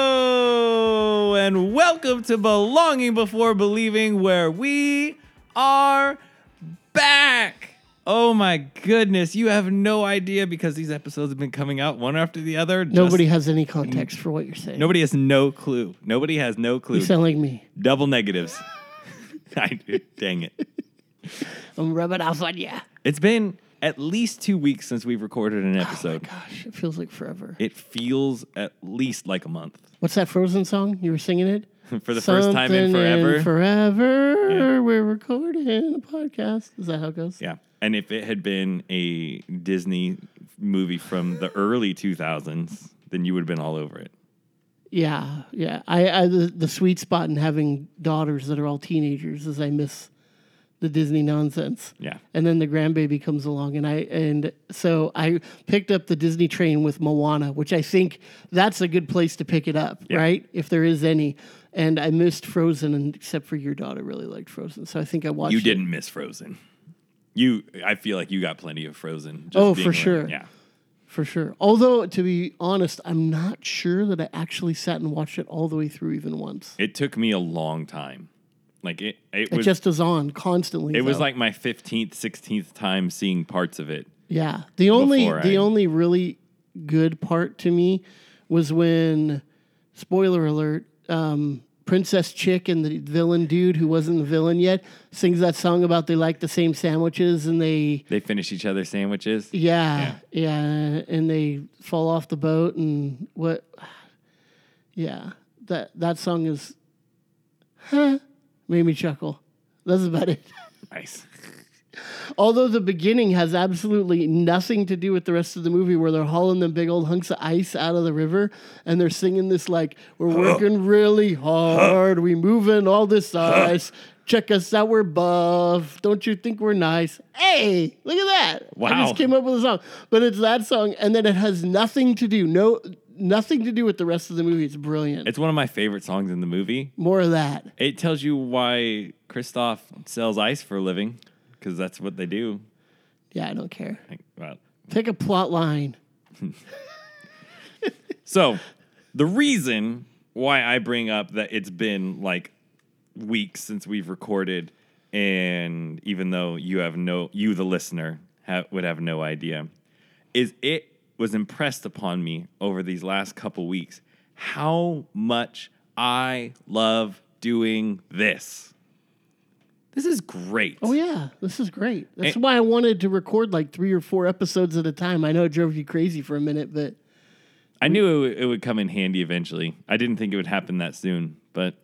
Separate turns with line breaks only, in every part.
Hello and welcome to Belonging Before Believing, where we are back. Oh my goodness, you have no idea because these episodes have been coming out one after the other. Just-
Nobody has any context for what you're saying.
nobody has no clue. Nobody has no clue.
You sound like me.
Double negatives. I dang it.
I'm rubbing off on you.
It's been at least two weeks since we've recorded
Oh
an episode.
Gosh, it feels like forever.
it feels at least like a month.
What's that Frozen song you were singing it?
For the first time in forever.
Something forever,
Yeah.
we're recording a podcast. Is that how it goes?
Yeah. And if it had been a Disney movie from the early 2000s, then you would have been all over it.
yeah. yeah. I, I the, the sweet spot in having daughters that are all teenagers is I miss the Disney nonsense.
Yeah.
and then the grandbaby comes along and i and so i picked up the disney train with moana which i think that's a good place to pick it up right if there is any and i missed frozen and except for your daughter really liked frozen so i think i watched
You
it.
didn't miss Frozen. You, I feel like you got plenty of Frozen. just
Oh,
being
for
around.
sure.
Yeah.
for sure although to be honest i'm not sure that i actually sat and watched it all the way through even once
It took me a long time. Like it, it
it
was,
just is on constantly
it was
though.
like my 15th, 16th time seeing parts of it.
Yeah. The only
before
the
I-
only really good part to me was when spoiler alert, um, Princess Chick and the villain dude who wasn't the villain yet sings that song about they like the same sandwiches and they
They finish each other's sandwiches.
yeah, yeah, and they fall off the boat and what yeah. That that song is huh made me chuckle. That's about it.
Nice.
Although the beginning has absolutely nothing to do with the rest of the movie, where they're hauling them big old hunks of ice out of the river and they're singing this like, "We're working really hard, we moving all this ice. Check us out, we're buff. Don't you think we're nice? Hey, look at that! I
Wow.
just came up with a song, but it's that song, and then it has nothing to do, no, nothing to do with the rest of the movie. It's brilliant.
It's one of my favorite songs in the movie.
More of that.
It tells you why Kristoff sells ice for a living because that's what they do.
Yeah, I don't care.
Like, well,
Pick a plot line.
So, the reason why I bring up that it's been like weeks since we've recorded, and even though you have no, you the listener ha would have no idea, is it was impressed upon me over these last couple weeks how much I love doing this. This is great.
Oh yeah, this is great. That's
And-
why I wanted to record like three or four episodes at a time. I know it drove you crazy for a minute, but
I knew it, would- it would come in handy eventually. I didn't think it would happen that soon, but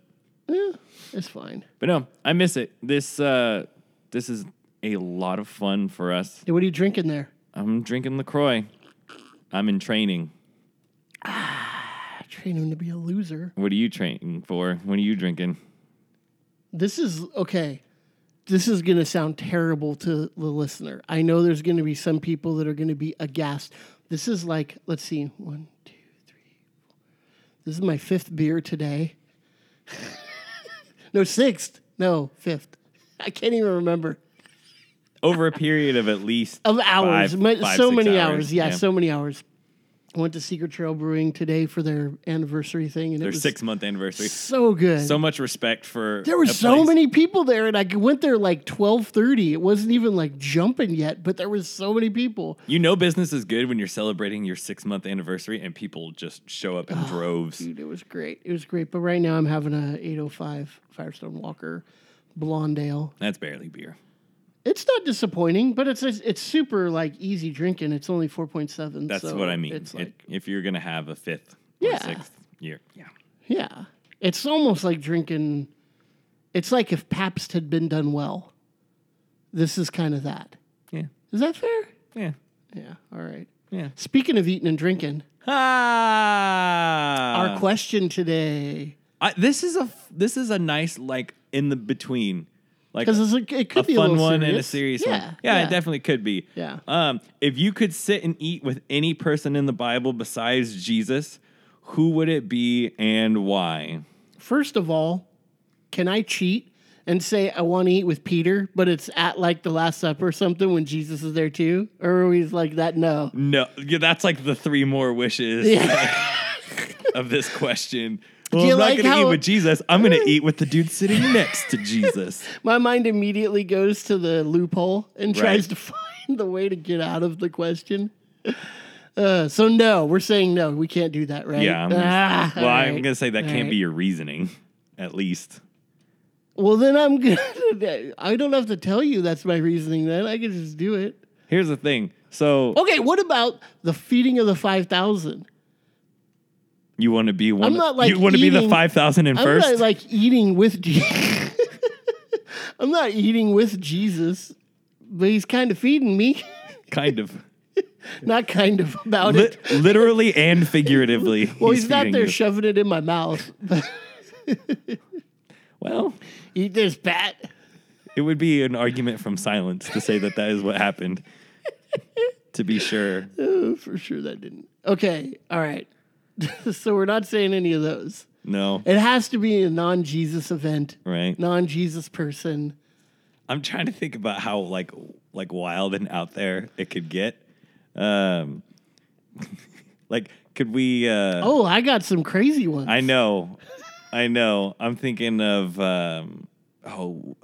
it's fine.
But no, I miss it. This uh, this is a lot of fun for us.
Hey, what are you drinking there?
I'm drinking Lacroix. I'm in training.
I train him to be a loser.
What are you training for? What are you drinking?
This is okay. This is gonna sound terrible to the listener. I know there's gonna be some people that are gonna be aghast. This is like, let's see, one, two, three, four. This is my fifth beer today. no, sixth. No, fifth. I can't even remember.
Over a period of at least
of hours,
five-
mi-
five,
so
six
many hours. Yeah, so many hours. I went to Secret Trail Brewing today for their anniversary thing, and
their
it was
six month anniversary.
so good.
So much respect for
there were
a
so
place-
many people there, and I went there like twelve thirty. It wasn't even like jumping yet, but there was so many people.
You know, business is good when you're celebrating your six month anniversary and people just show up in droves.
Dude, it was great. It was great. But right now, I'm having a eight oh five Firestone Walker Blonde Ale.
That's barely beer.
It's not disappointing, but it's it's super like easy drinking. It's only four point seven.
That's
so
what I mean.
It's
It-
like
if you're gonna have a fifth or
Yeah.
sixth year, yeah.
Yeah. It's almost like drinking it's like if Pabst had been done well. This is kind of that.
Yeah.
Is that fair?
Yeah.
Yeah, all right.
Yeah.
Speaking of eating and drinking,
Ah,
our question today
I, this is a f- this is a nice like in the between, like
because it could
a
be a
fun
little
one
serious.
and a serious
yeah,
one. Yeah, it definitely could be.
Yeah.
Um, if you could sit and eat with any person in the Bible besides Jesus, who would it be and why?
First of all, can I cheat and say, I want to eat with Peter, but it's at like the Last Supper or something when Jesus is there too? Or are we like that? No.
No, yeah, that's like the three more wishes of this question. Well,
you
I'm
like
not gonna
how-
eat with Jesus. I'm gonna eat with the dude sitting next to Jesus.
My mind immediately goes to the loophole and tries
Right.
to find the way to get out of the question. Uh, so no, we're saying no. We can't do that, right?
Yeah. I'm gonna-
Ah,
well,
all
I'm
right.
gonna say that
all
can't
right.
be your reasoning, at least.
Well, then I'm gonna. I don't have to tell you that's my reasoning. Then I can just do it.
Here's the thing. So
Okay. What about the feeding of the five thousand?
you want to be one?
I'm not, like,
you want to be the
eating-
five thousand and
I'm
first.
not like eating with Jesus. I'm not eating with Jesus, but he's kind of feeding me.
kind of,
Not kind of about it.
Lit literally and figuratively.
Well, he's, not
feeding
there
you.
shoving it in my mouth.
well,
Eat this, Pat.
it would be an argument from silence to say that that is what happened. to be sure,
Oh, for sure that didn't. Okay, all right. so we're not saying any of those.
no,
It has to be a non-Jesus event,
right?
non-Jesus person.
I'm trying to think about how like like wild and out there it could get. Um, like, could we? Uh,
Oh, I got some crazy ones.
I know. I know. I'm thinking of um oh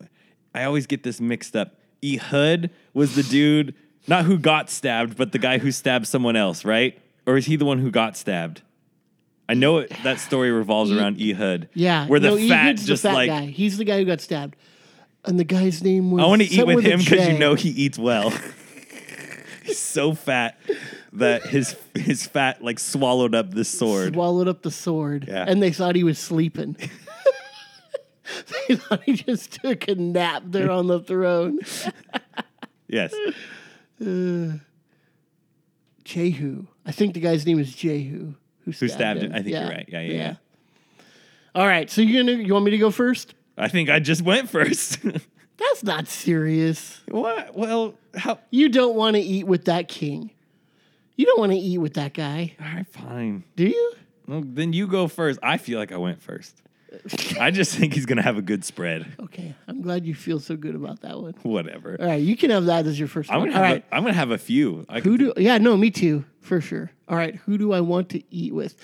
I always get this mixed up. E Hood was the dude not who got stabbed, but the guy who stabbed someone else, right? Or is he the one who got stabbed? I know it, that story revolves around E Hood.
Yeah,
Where the
no,
fat
Ehud's
just
the fat
like
guy. He's the guy who got stabbed, and the guy's name was.
I want to eat
something
with
a
him because you
J.
know he eats well. He's so fat that his his fat like swallowed up this sword.
swallowed up the sword,
Yeah.
and they thought he was sleeping. they thought he just took a nap there on the throne.
yes.
Jehu. I think the guy's name is Jehu. Who stabbed,
stabbed him. I think you're right. Yeah, yeah, yeah.
All right. So you're gonna you want me to go first?
I think I just went first.
That's not serious.
What? Well, how?
You don't want to eat with that king. You don't want to eat with that guy,
All right, fine.
do you?
Well, then you go first. I feel like I went first. I just think he's gonna have a good spread.
Okay. I'm glad you feel so good about that one.
Whatever.
All right, you can have that as your 1st
I'm
one.
gonna
All
have.
right.
A, I'm gonna have a few. I
Who
could-
do? Yeah, no, me too, for sure. All right, who do I want to eat with?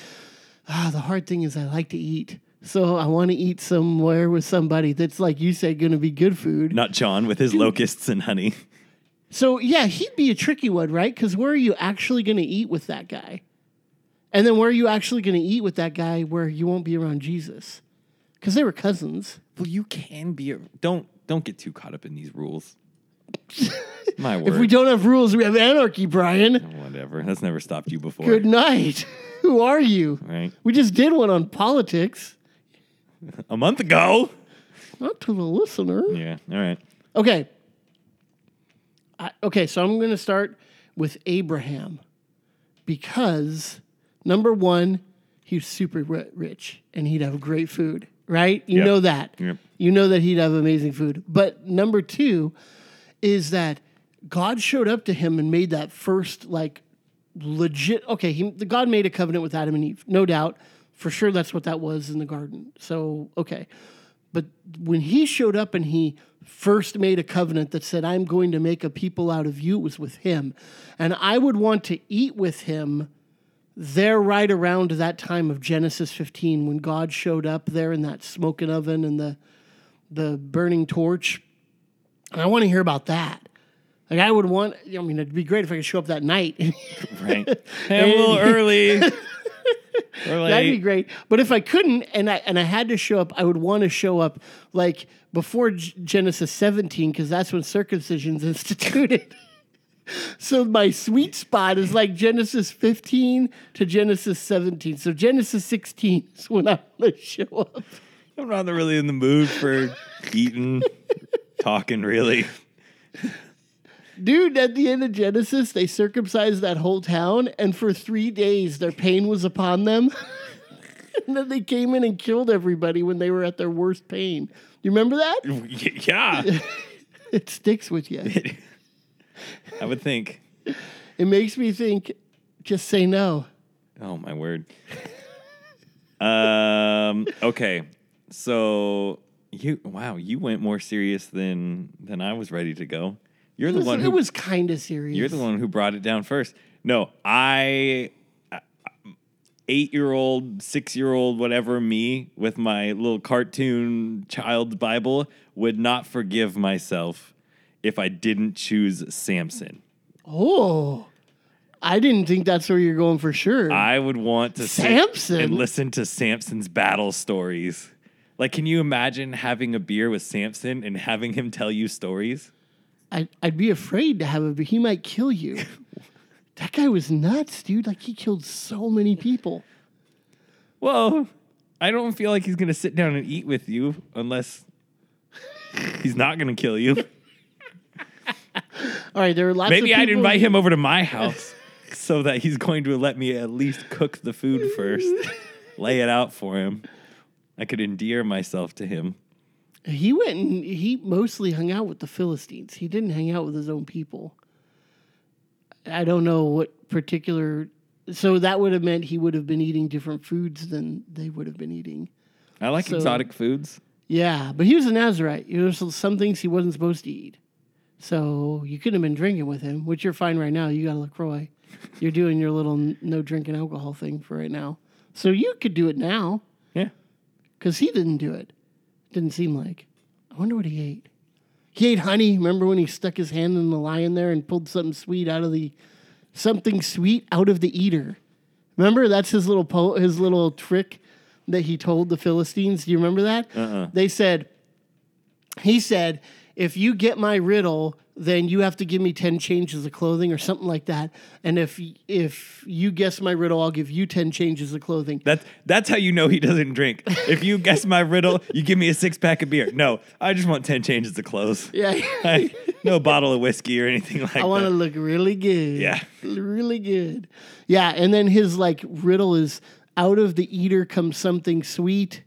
Ah, the hard thing is I like to eat, so I want to eat somewhere with somebody that's like you say, going to be good food.
Not John with his locusts and honey.
So yeah, he'd be a tricky one, right? Because where are you actually going to eat with that guy? And then where are you actually going to eat with that guy where you won't be around Jesus? Because they were cousins.
Well, you can be. A, don't don't get too caught up in these rules. My word.
If we don't have rules, we have anarchy, Brian.
Whatever. That's never stopped you before,
Good night. Who are you?
right?
We just did one on politics,
A month ago.
not to the listener.
Yeah. All right.
Okay. I, okay, so I'm going to start with Abraham because number one, he was super ri- rich and he'd have great food, right? You
Yep.
know that.
Yep.
You know that he'd have amazing food. But number two is that God showed up to him and made that first, like, legit. Okay, he, the God made a covenant with Adam and Eve, no doubt. For sure, that's what that was in the garden. So, okay. But when he showed up and he first made a covenant that said, I'm going to make a people out of you, it was with him. And I would want to eat with him there, right around that time of Genesis 15, when God showed up there in that smoking oven and the, the burning torch. And I want to hear about that. Like, I would want, I mean, it'd be great if I could show up that night.
Right. Hey, I'm a little early. We're
That'd be
late.
great. But if I couldn't and I and I had to show up, I would want to show up like before G- Genesis 17 because that's when circumcision's instituted. so my sweet spot is like Genesis 15 to Genesis 17. So Genesis 16 is when I want to show up.
I'm not really in the mood for eating, talking, really.
Dude, at the end of Genesis, they circumcised that whole town, and for three days, their pain was upon them. and then they came in and killed everybody when they were at their worst pain. You remember that?
Yeah.
It sticks with you.
I would think.
It makes me think, just say no.
Oh my word. Um okay. So You wow, you went more serious than than I was ready to go. You're the
Listen,
one
it
who
was kind of serious.
You're the one who brought it down first. No, I, uh, eight year old, six year old, whatever me with my little cartoon child's Bible would not forgive myself if I didn't choose Samson.
Oh, I didn't think that's where you're going for sure.
I would want to sit
Samson?
and listen to Samson's battle stories. Like, can you imagine having a beer with Samson and having him tell you stories?
I'd, I'd be afraid to have a. He might kill you. that guy was nuts, dude. Like he killed so many people.
Well, I don't feel like he's going to sit down and eat with you unless he's not going to kill you.
All right, there were lots.
Maybe
of people
I'd invite him over to my house so that he's going to let me at least cook the food first, lay it out for him. I could endear myself to him.
He went and he mostly hung out with the Philistines. He didn't hang out with his own people. I don't know what particular. So that would have meant he would have been eating different foods than they would have been eating.
I like
So-
exotic foods.
Yeah, but he was a Nazarite. There's some things he wasn't supposed to eat. So you could have been drinking with him, which you're fine right now. You got a LaCroix. You're doing your little n- no drinking alcohol thing for right now. So you could do it now
Yeah.
because he didn't do it. Didn't seem like. I wonder what he ate. He ate honey. Remember when he stuck his hand in the lion there and pulled something sweet out of the something sweet out of the eater? Remember that's his little po- his little trick that he told the Philistines. Do you remember that? Uh-uh. They said he said, if you get my riddle, then you have to give me 10 changes of clothing or something like that. And if if you guess my riddle, I'll give you 10 changes of clothing.
That's that's how you know he doesn't drink. If you guess my riddle, you give me a six pack of beer. No, I just want ten changes of clothes.
Yeah.
I- no bottle of whiskey or anything like
I want to
that.
look really good.
Yeah.
Really good. Yeah. And then his like riddle is out of the eater comes something sweet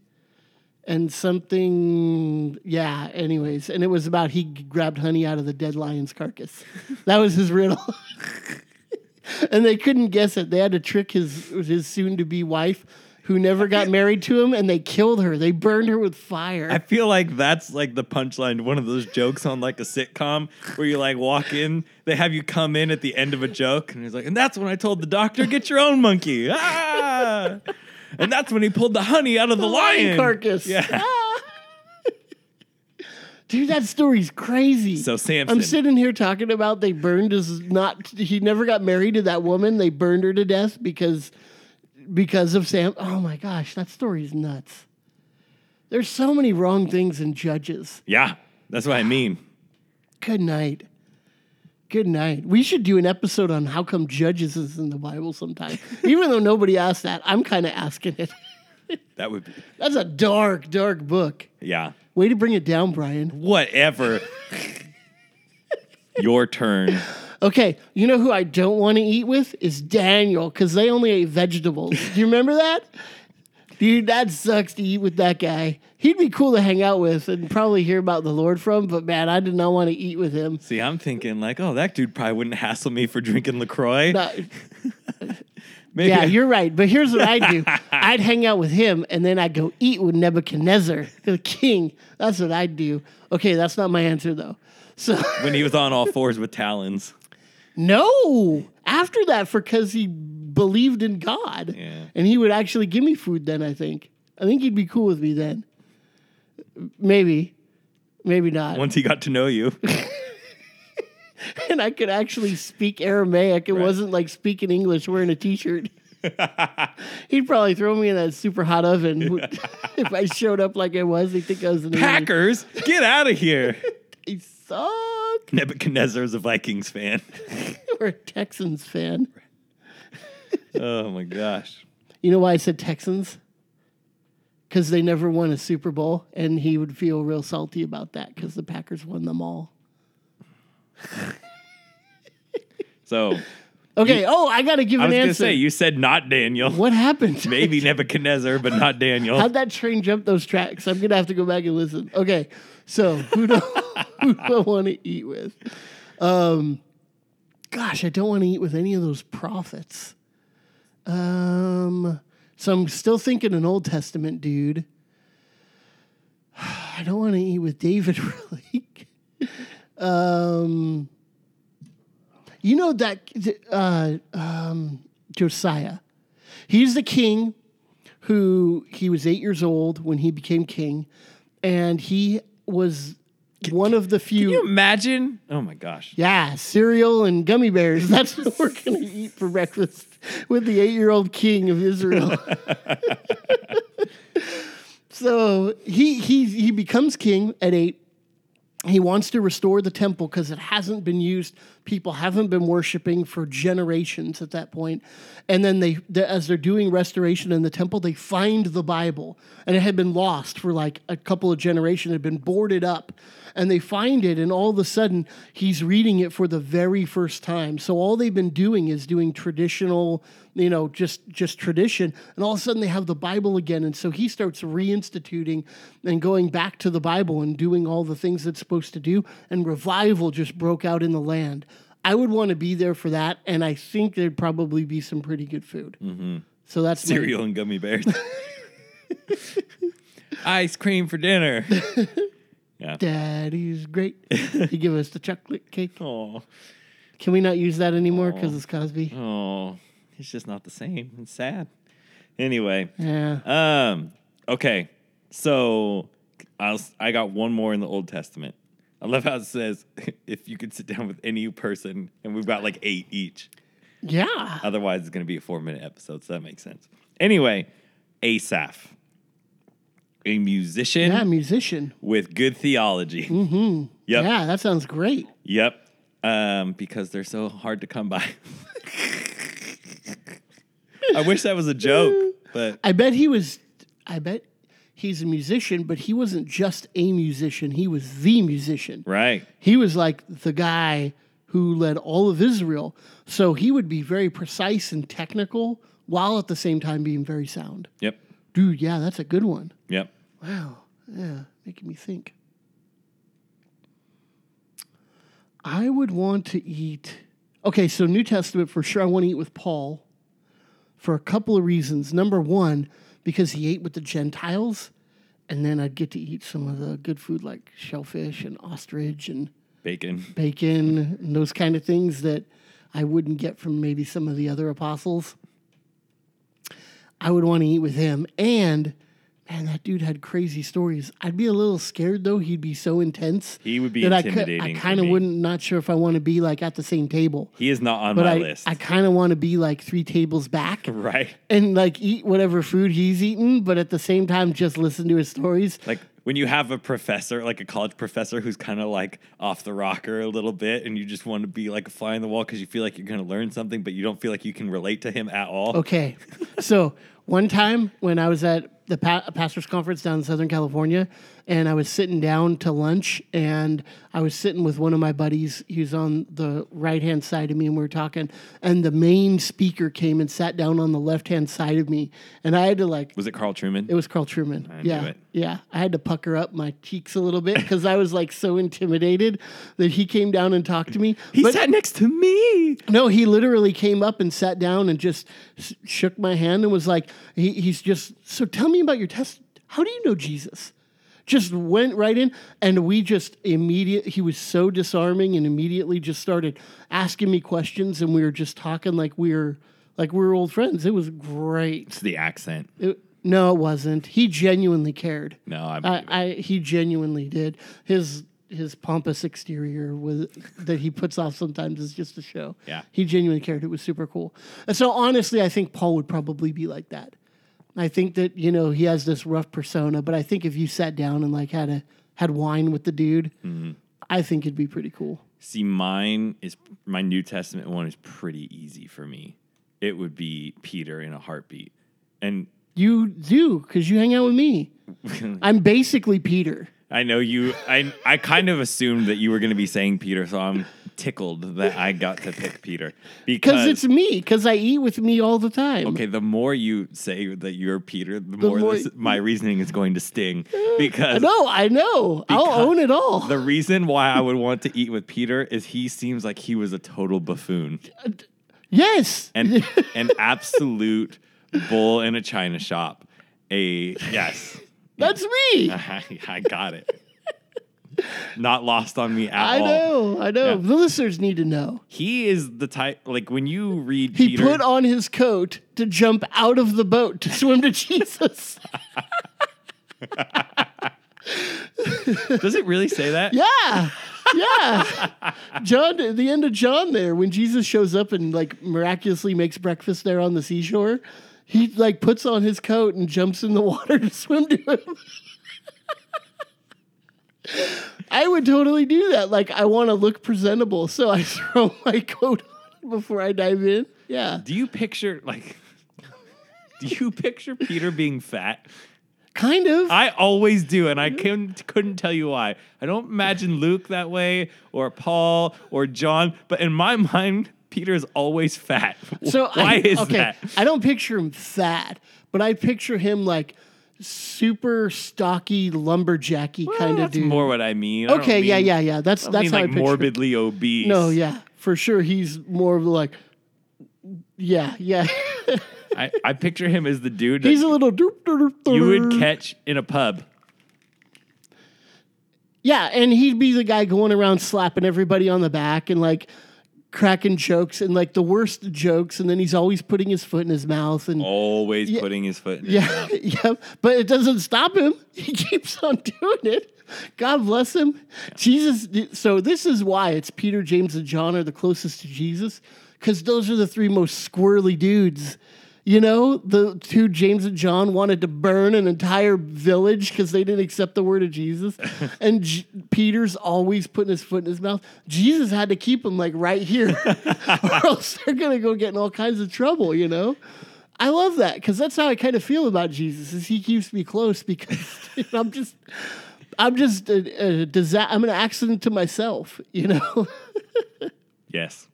and something. Yeah. Anyways. And it was about he grabbed honey out of the dead lion's carcass. that was his riddle. and they couldn't guess it. They had to trick his, his soon to be wife who never got married to him and they killed her. They burned her with fire.
I feel like that's like the punchline to one of those jokes on like a sitcom where you like walk in, they have you come in at the end of a joke, and he's like, and that's when I told the doctor, get your own monkey. Ah! And that's when he pulled the honey out of the, lion.
carcass.
Yeah.
Ah. Dude, that story's crazy.
So
I'm
Samson.
sitting here talking about they burned his not he never got married to that woman. They burned her to death because because of Sam. Oh my gosh, that story's nuts. There's so many wrong things in judges.
yeah, that's what I mean.
Good night. Good night. We should do an episode on how come judges is in the Bible sometime. Even though nobody asked that, I'm kind of asking it.
That would be,
That's a dark, dark book.
yeah.
Way to bring it down, Brian.
Whatever. your turn.
Okay, you know who I don't want to eat with is Daniel because they only ate vegetables. Do you remember that? Dude, that sucks to eat with that guy. He'd be cool to hang out with and probably hear about the Lord from, but man, I did not want to eat with him.
See, I'm thinking like, oh, that dude probably wouldn't hassle me for drinking LaCroix.
No,
Maybe
yeah, Uh, you're right. But here's what I do I'd hang out with him and then I'd go eat with Nebuchadnezzar, the king. That's what I'd do. Okay, that's not my answer though. So.
when he was on all fours with talons.
No, after that, for because he believed in God,
Yeah.
and he would actually give me food. Then I think, I think he'd be cool with me then. Maybe, maybe not.
Once he got to know you.
and I could actually speak Aramaic. It wasn't like speaking English wearing a T-shirt. he'd probably throw me in that super hot oven if I showed up like I was. He'd think I was an
Mm.
alien.
Packers, get out of here.
They suck.
Nebuchadnezzar is a Vikings fan.
We're a Texans fan.
Oh my gosh.
You know why I said Texans? Because they never won a Super Bowl, and he would feel real salty about that because the Packers won them all.
So
Okay. oh, I got to give
I
an
was gonna
answer.
say you said not Daniel.
what happened?
Maybe Nebuchadnezzar, but not Daniel.
How'd that train jump those tracks? I'm gonna have to go back and listen. Okay, so who do, who do I want to eat with? Um, gosh, I don't want to eat with any of those prophets. Um, so I'm still thinking an Old Testament dude. I don't want to eat with David really. um, you know that uh, um, Josiah, he's the king who he was eight years old when he became king, and he was one of the
Can
few.
you imagine? Oh my gosh.
Yeah, cereal and gummy bears. That's what we're going to eat for breakfast with the eight year old king of Israel. so he, he, he becomes king at eight. He wants to restore the temple because it hasn't been used. People haven't been worshiping for generations at that point. And then they, the- as they're doing restoration in the temple, they find the Bible, and it had been lost for like a couple of generations. It had been boarded up, and they find it, and all of a sudden he's reading it for the very first time. So all they've been doing is doing traditional, you know, just just tradition, and all of a sudden they have the Bible again, and so he starts reinstituting and going back to the Bible and doing all the things it's supposed to do, and revival just broke out in the land. I would want to be there for that, and I think there'd probably be some pretty good food. So that's my-
Mm-hmm. cereal and gummy bears. Ice cream for dinner.
Daddy's great. he give us the chocolate cake.
Oh,
Can we not use that anymore because it's Cosby?
oh, it's just not the same. It's sad. Anyway,
Yeah.
um, okay, so I was, I got one more in the Old Testament. I love how it says if you could sit down with any person, and we've got like eight each.
Yeah.
Otherwise, it's going to be a four minute episode, so that makes sense. Anyway, Asaph, a musician
Yeah, musician.
with good theology. Mm-hmm. Yep.
Yeah, that sounds great.
Yep. Um, because they're so hard to come by. I wish that was a joke, but
I bet he was. I bet he's a musician, but he wasn't just a musician. He was the musician.
right.
He was like the guy who led all of Israel. So he would be very precise and technical while at the same time being very sound.
Yep.
Dude, yeah, that's a good one.
Yep.
Wow. Yeah, making me think. I would want to eat. Okay, so New Testament for sure. I want to eat with Paul for a couple of reasons. Number one, because he ate with the Gentiles, and then I'd get to eat some of the good food like shellfish and ostrich and
Bacon.
bacon and those kind of things that I wouldn't get from maybe some of the other apostles. I would want to eat with him. And man, that dude had crazy stories. I'd be a little scared though. He'd be so intense.
He would be
that I cou-
intimidating.
I,
for
kind of
me.
wouldn't, not sure if I want to be like at the same table.
He is not on
But
my
I,
list.
I kind of want to be like three tables back
right.
and like eat whatever food he's eating, but at the same time, just listen to his stories.
Like when you have a professor, like a college professor who's kind of like off the rocker a little bit and you just want to be like a fly on the wall because you feel like you're going to learn something, but you don't feel like you can relate to him at all.
Okay. So one time when I was at the pa- a pastor's conference down in Southern California, and I was sitting down to lunch, and I was sitting with one of my buddies. He was on the right hand side of me, and we were talking. And the main speaker came and sat down on the left hand side of me, and I had to like
Was it Carl Truman?
it was Carl Truman.
knew
yeah.
it.
Yeah. I had to pucker up my cheeks a little bit because I was like so intimidated that he came down and talked to me.
he
But-
sat next to me.
no, he literally came up and sat down and just s- shook my hand and was like, he, he's just, so tell me about your test. How do you know Jesus? Just went right in, and we just immediate. He was so disarming, and immediately just started asking me questions, and we were just talking like we were like we were old friends. It was great.
It's the accent.
It- no, it wasn't. He genuinely cared.
No, I'm.
I, I he genuinely did. His his pompous exterior was that he puts off sometimes is just a show.
Yeah.
He genuinely cared. It was super cool. And so honestly, I think Paul would probably be like that. I think that, you know, he has this rough persona, but I think if you sat down and like had a had wine with the dude,
Mm-hmm.
I think it'd be pretty cool.
See, mine is my New Testament one is pretty easy for me. It would be Peter in a heartbeat. And
You do, because you hang out with me. I'm basically Peter.
I know you I I kind of assumed that you were going to be saying Peter, so I'm tickled that I got to pick Peter
Because
because
it's me, because I eat with me all the time.
Okay, the more you say that you're Peter, the, more,
more-
this, my reasoning is going to sting because
No, I know. I'll own it all.
the reason why I would want to eat with Peter is he seems like he was a total buffoon.
Yes.
an an absolute bull in a china shop. A yes,
That's me.
I, I got it. Not lost on me at
I
all.
know. I know.
Oh. Yeah.
The listeners need to know.
He is the type like when you read
He
Peter
put on his coat to jump out of the boat to swim to Jesus.
Does it really say that?
Yeah. Yeah. John, at the end of John there, when Jesus shows up and like miraculously makes breakfast there on the seashore, he like puts on his coat and jumps in the water to swim to him. I would totally do that. Like, I want to look presentable, so I throw my coat on before I dive in. Yeah.
Do you picture like Do you picture Peter being fat?
Kind of.
I always do, and
Mm-hmm.
I couldn't couldn't tell you why. I don't imagine Luke that way, or Paul, or John, but in my mind, Peter is always fat.
So
why
I,
is
okay,
that?
I don't picture him fat, but I picture him like super stocky lumberjacky
Well,
kind of
that's
dude.
more what I mean. I don't
okay, yeah,
mean-
yeah, yeah. That's
I
that's
mean,
how I
like
picture. him.
morbidly obese.
No, yeah, for sure. He's more of like, yeah, yeah.
I, I picture him as the dude
He's
that
a little doop doop doop.
you would
doop.
catch in a pub.
Yeah, and he'd be the guy going around slapping everybody on the back and like cracking jokes and like the worst jokes, and then he's always putting his foot in his mouth and
Always putting his foot in his
Yeah, yeah, but it doesn't stop him. He keeps on doing it. God bless him. Jesus. So this is why it's Peter, James, and John are the closest to Jesus because those are the three most squirrely dudes. You know, the two James and John wanted to burn an entire village because they didn't accept the word of Jesus, and J- Peter's always putting his foot in his mouth. Jesus had to keep him like right here, or else they're gonna go get in all kinds of trouble. You know. I love that because that's how I kind of feel about Jesus. Is he keeps me close because dude, I'm just, I'm just a, a disa- I'm an accident to myself, you know.
Yes,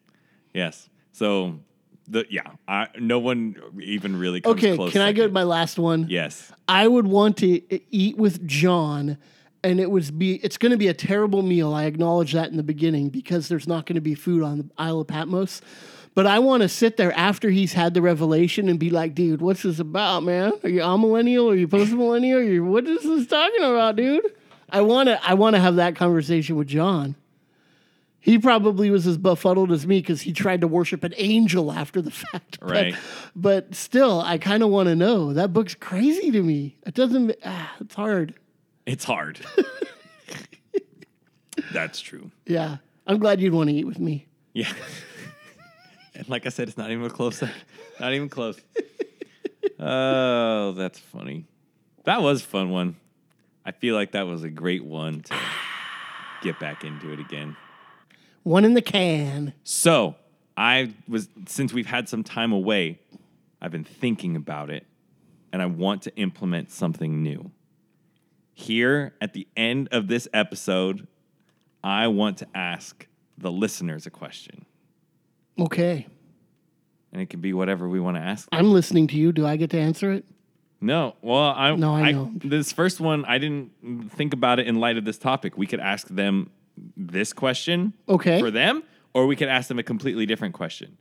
yes. So the yeah, I, no one even really comes
okay,
close.
can I go to
second.
my last one?
Yes.
I would want to e-, eat with John, and it would be it's going to be a terrible meal. I acknowledge that in the beginning because there's not going to be food on the Isle of Patmos. But I want to sit there after he's had the revelation and be like, dude, what's this about, man? Are you all millennial? Are you post millennial? You what is this talking about, dude? I want to I want to have that conversation with John. He probably was as befuddled as me because he tried to worship an angel after the fact. But-
Right.
But, still, I kind of want to know. That book's crazy to me. It doesn't, ah, it's hard.
It's hard. That's true.
Yeah. I'm glad you'd want to eat with me.
Yeah. and like I said, it's not even a close second. Not even close. Oh, that's funny. That was a fun one. I feel like that was a great one to get back into it again.
One in the can.
So I was since we've had some time away, I've been thinking about it, and I want to implement something new. Here at the end of this episode, I want to ask the listeners a question,
Okay.
and it can be whatever we want to ask. them.
I'm listening to you. Do I get to answer it?
No, well, I
No, I know.
this first one I didn't think about it in light of this topic. We could ask them this question
Okay.
for them, or we could ask them a completely different question.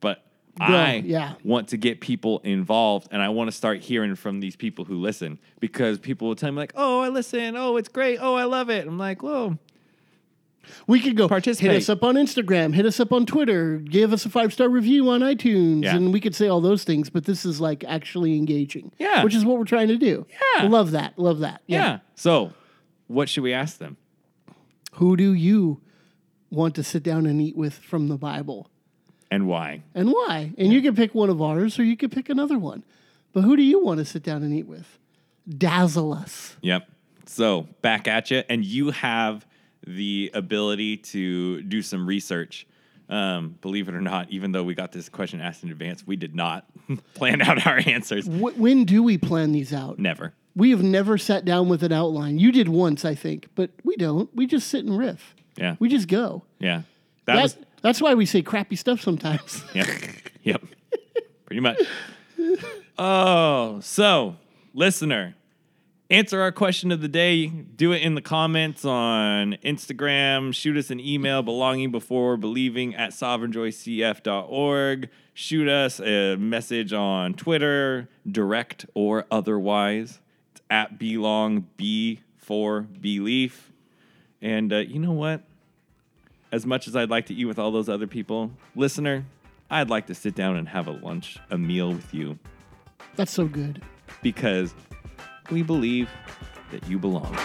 But
Yeah,
I
yeah.
want to get people involved, and I want to start hearing from these people who listen because people will tell me like, "Oh, I listen. Oh, it's great. Oh, I love it." I'm like, "Whoa,
We could go
Participate.
Hit us up on Instagram. Hit us up on Twitter. Give us a five star review on iTunes,
Yeah.
and we could say all those things. But this is like actually engaging.
Yeah.
which is what we're trying to do.
Yeah.
love that. Love that.
yeah." So, what should we ask them?
Who do you want to sit down and eat with from the Bible,
And why?
and why? And you can pick one of ours, or you could pick another one. But who do you want to sit down and eat with? Dazzle us.
Yep. So back at you, and you have the ability to do some research. Um, believe it or not, even though we got this question asked in advance, we did not plan out our answers.
Wh- when do we plan these out?
Never.
We have never sat down with an outline. You did once, I think, but we don't. We just sit and riff.
Yeah.
We just go.
yeah. That,
That-
was.
that's why we say crappy stuff sometimes.
Yeah. yep. Pretty much. Oh, so listener, answer our question of the day. Do it in the comments on Instagram. Shoot us an email, belonging before believing at sovereignjoycf.org. Shoot us a message on Twitter, direct or otherwise. It's at belong b for belief. And uh, you know what? As much as I'd like to eat with all those other people, listener, I'd like to sit down and have a lunch, a meal with you,
That's so good.
because we believe that you belong.